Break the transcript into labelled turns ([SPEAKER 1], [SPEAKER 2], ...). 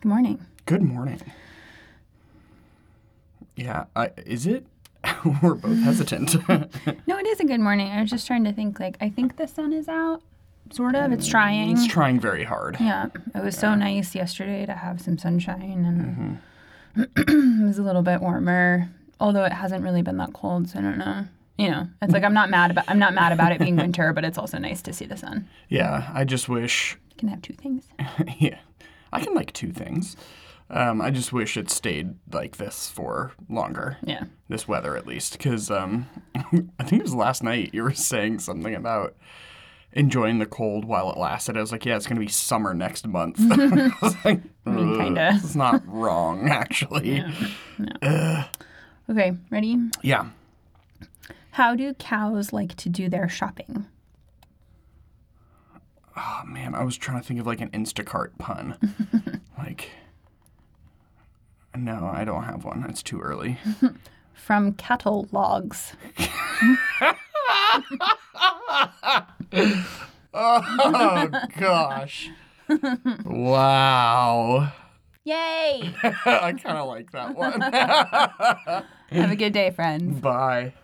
[SPEAKER 1] Good morning.
[SPEAKER 2] Good morning. Yeah, I, is it? We're both hesitant.
[SPEAKER 1] No, it is a good morning. I was just trying to think, like, I think the sun is out, sort of. It's trying.
[SPEAKER 2] it's trying very hard.
[SPEAKER 1] Mm-hmm. Yeah. It was so nice yesterday to have some sunshine and it was a little bit warmer, although it hasn't really been that cold, so I don't know. You know, it's like I'm not mad about I'm not mad about it being winter, but it's also nice to see the sun.
[SPEAKER 2] Yeah, I just wish.
[SPEAKER 1] You can have two things.
[SPEAKER 2] Yeah, I can like two things. Um, I just wish it stayed like this for longer.
[SPEAKER 1] Yeah.
[SPEAKER 2] This weather, at least, because um, I think it was last night you were saying something about enjoying the cold while it lasted. I was like, yeah, it's gonna be summer next month. I was like,
[SPEAKER 1] mean,
[SPEAKER 2] "Ugh,
[SPEAKER 1] kinda.
[SPEAKER 2] It's not wrong, actually.
[SPEAKER 1] Okay, ready?
[SPEAKER 2] yeah.
[SPEAKER 1] How do cows like to do their shopping?
[SPEAKER 2] Man, I was trying to think of like an Instacart pun. like, no, I don't have one. It's too early.
[SPEAKER 1] From cattle logs.
[SPEAKER 2] Oh, gosh. wow.
[SPEAKER 1] Yay!
[SPEAKER 2] I kind of like that one.
[SPEAKER 1] have a good day, friends.
[SPEAKER 2] Bye.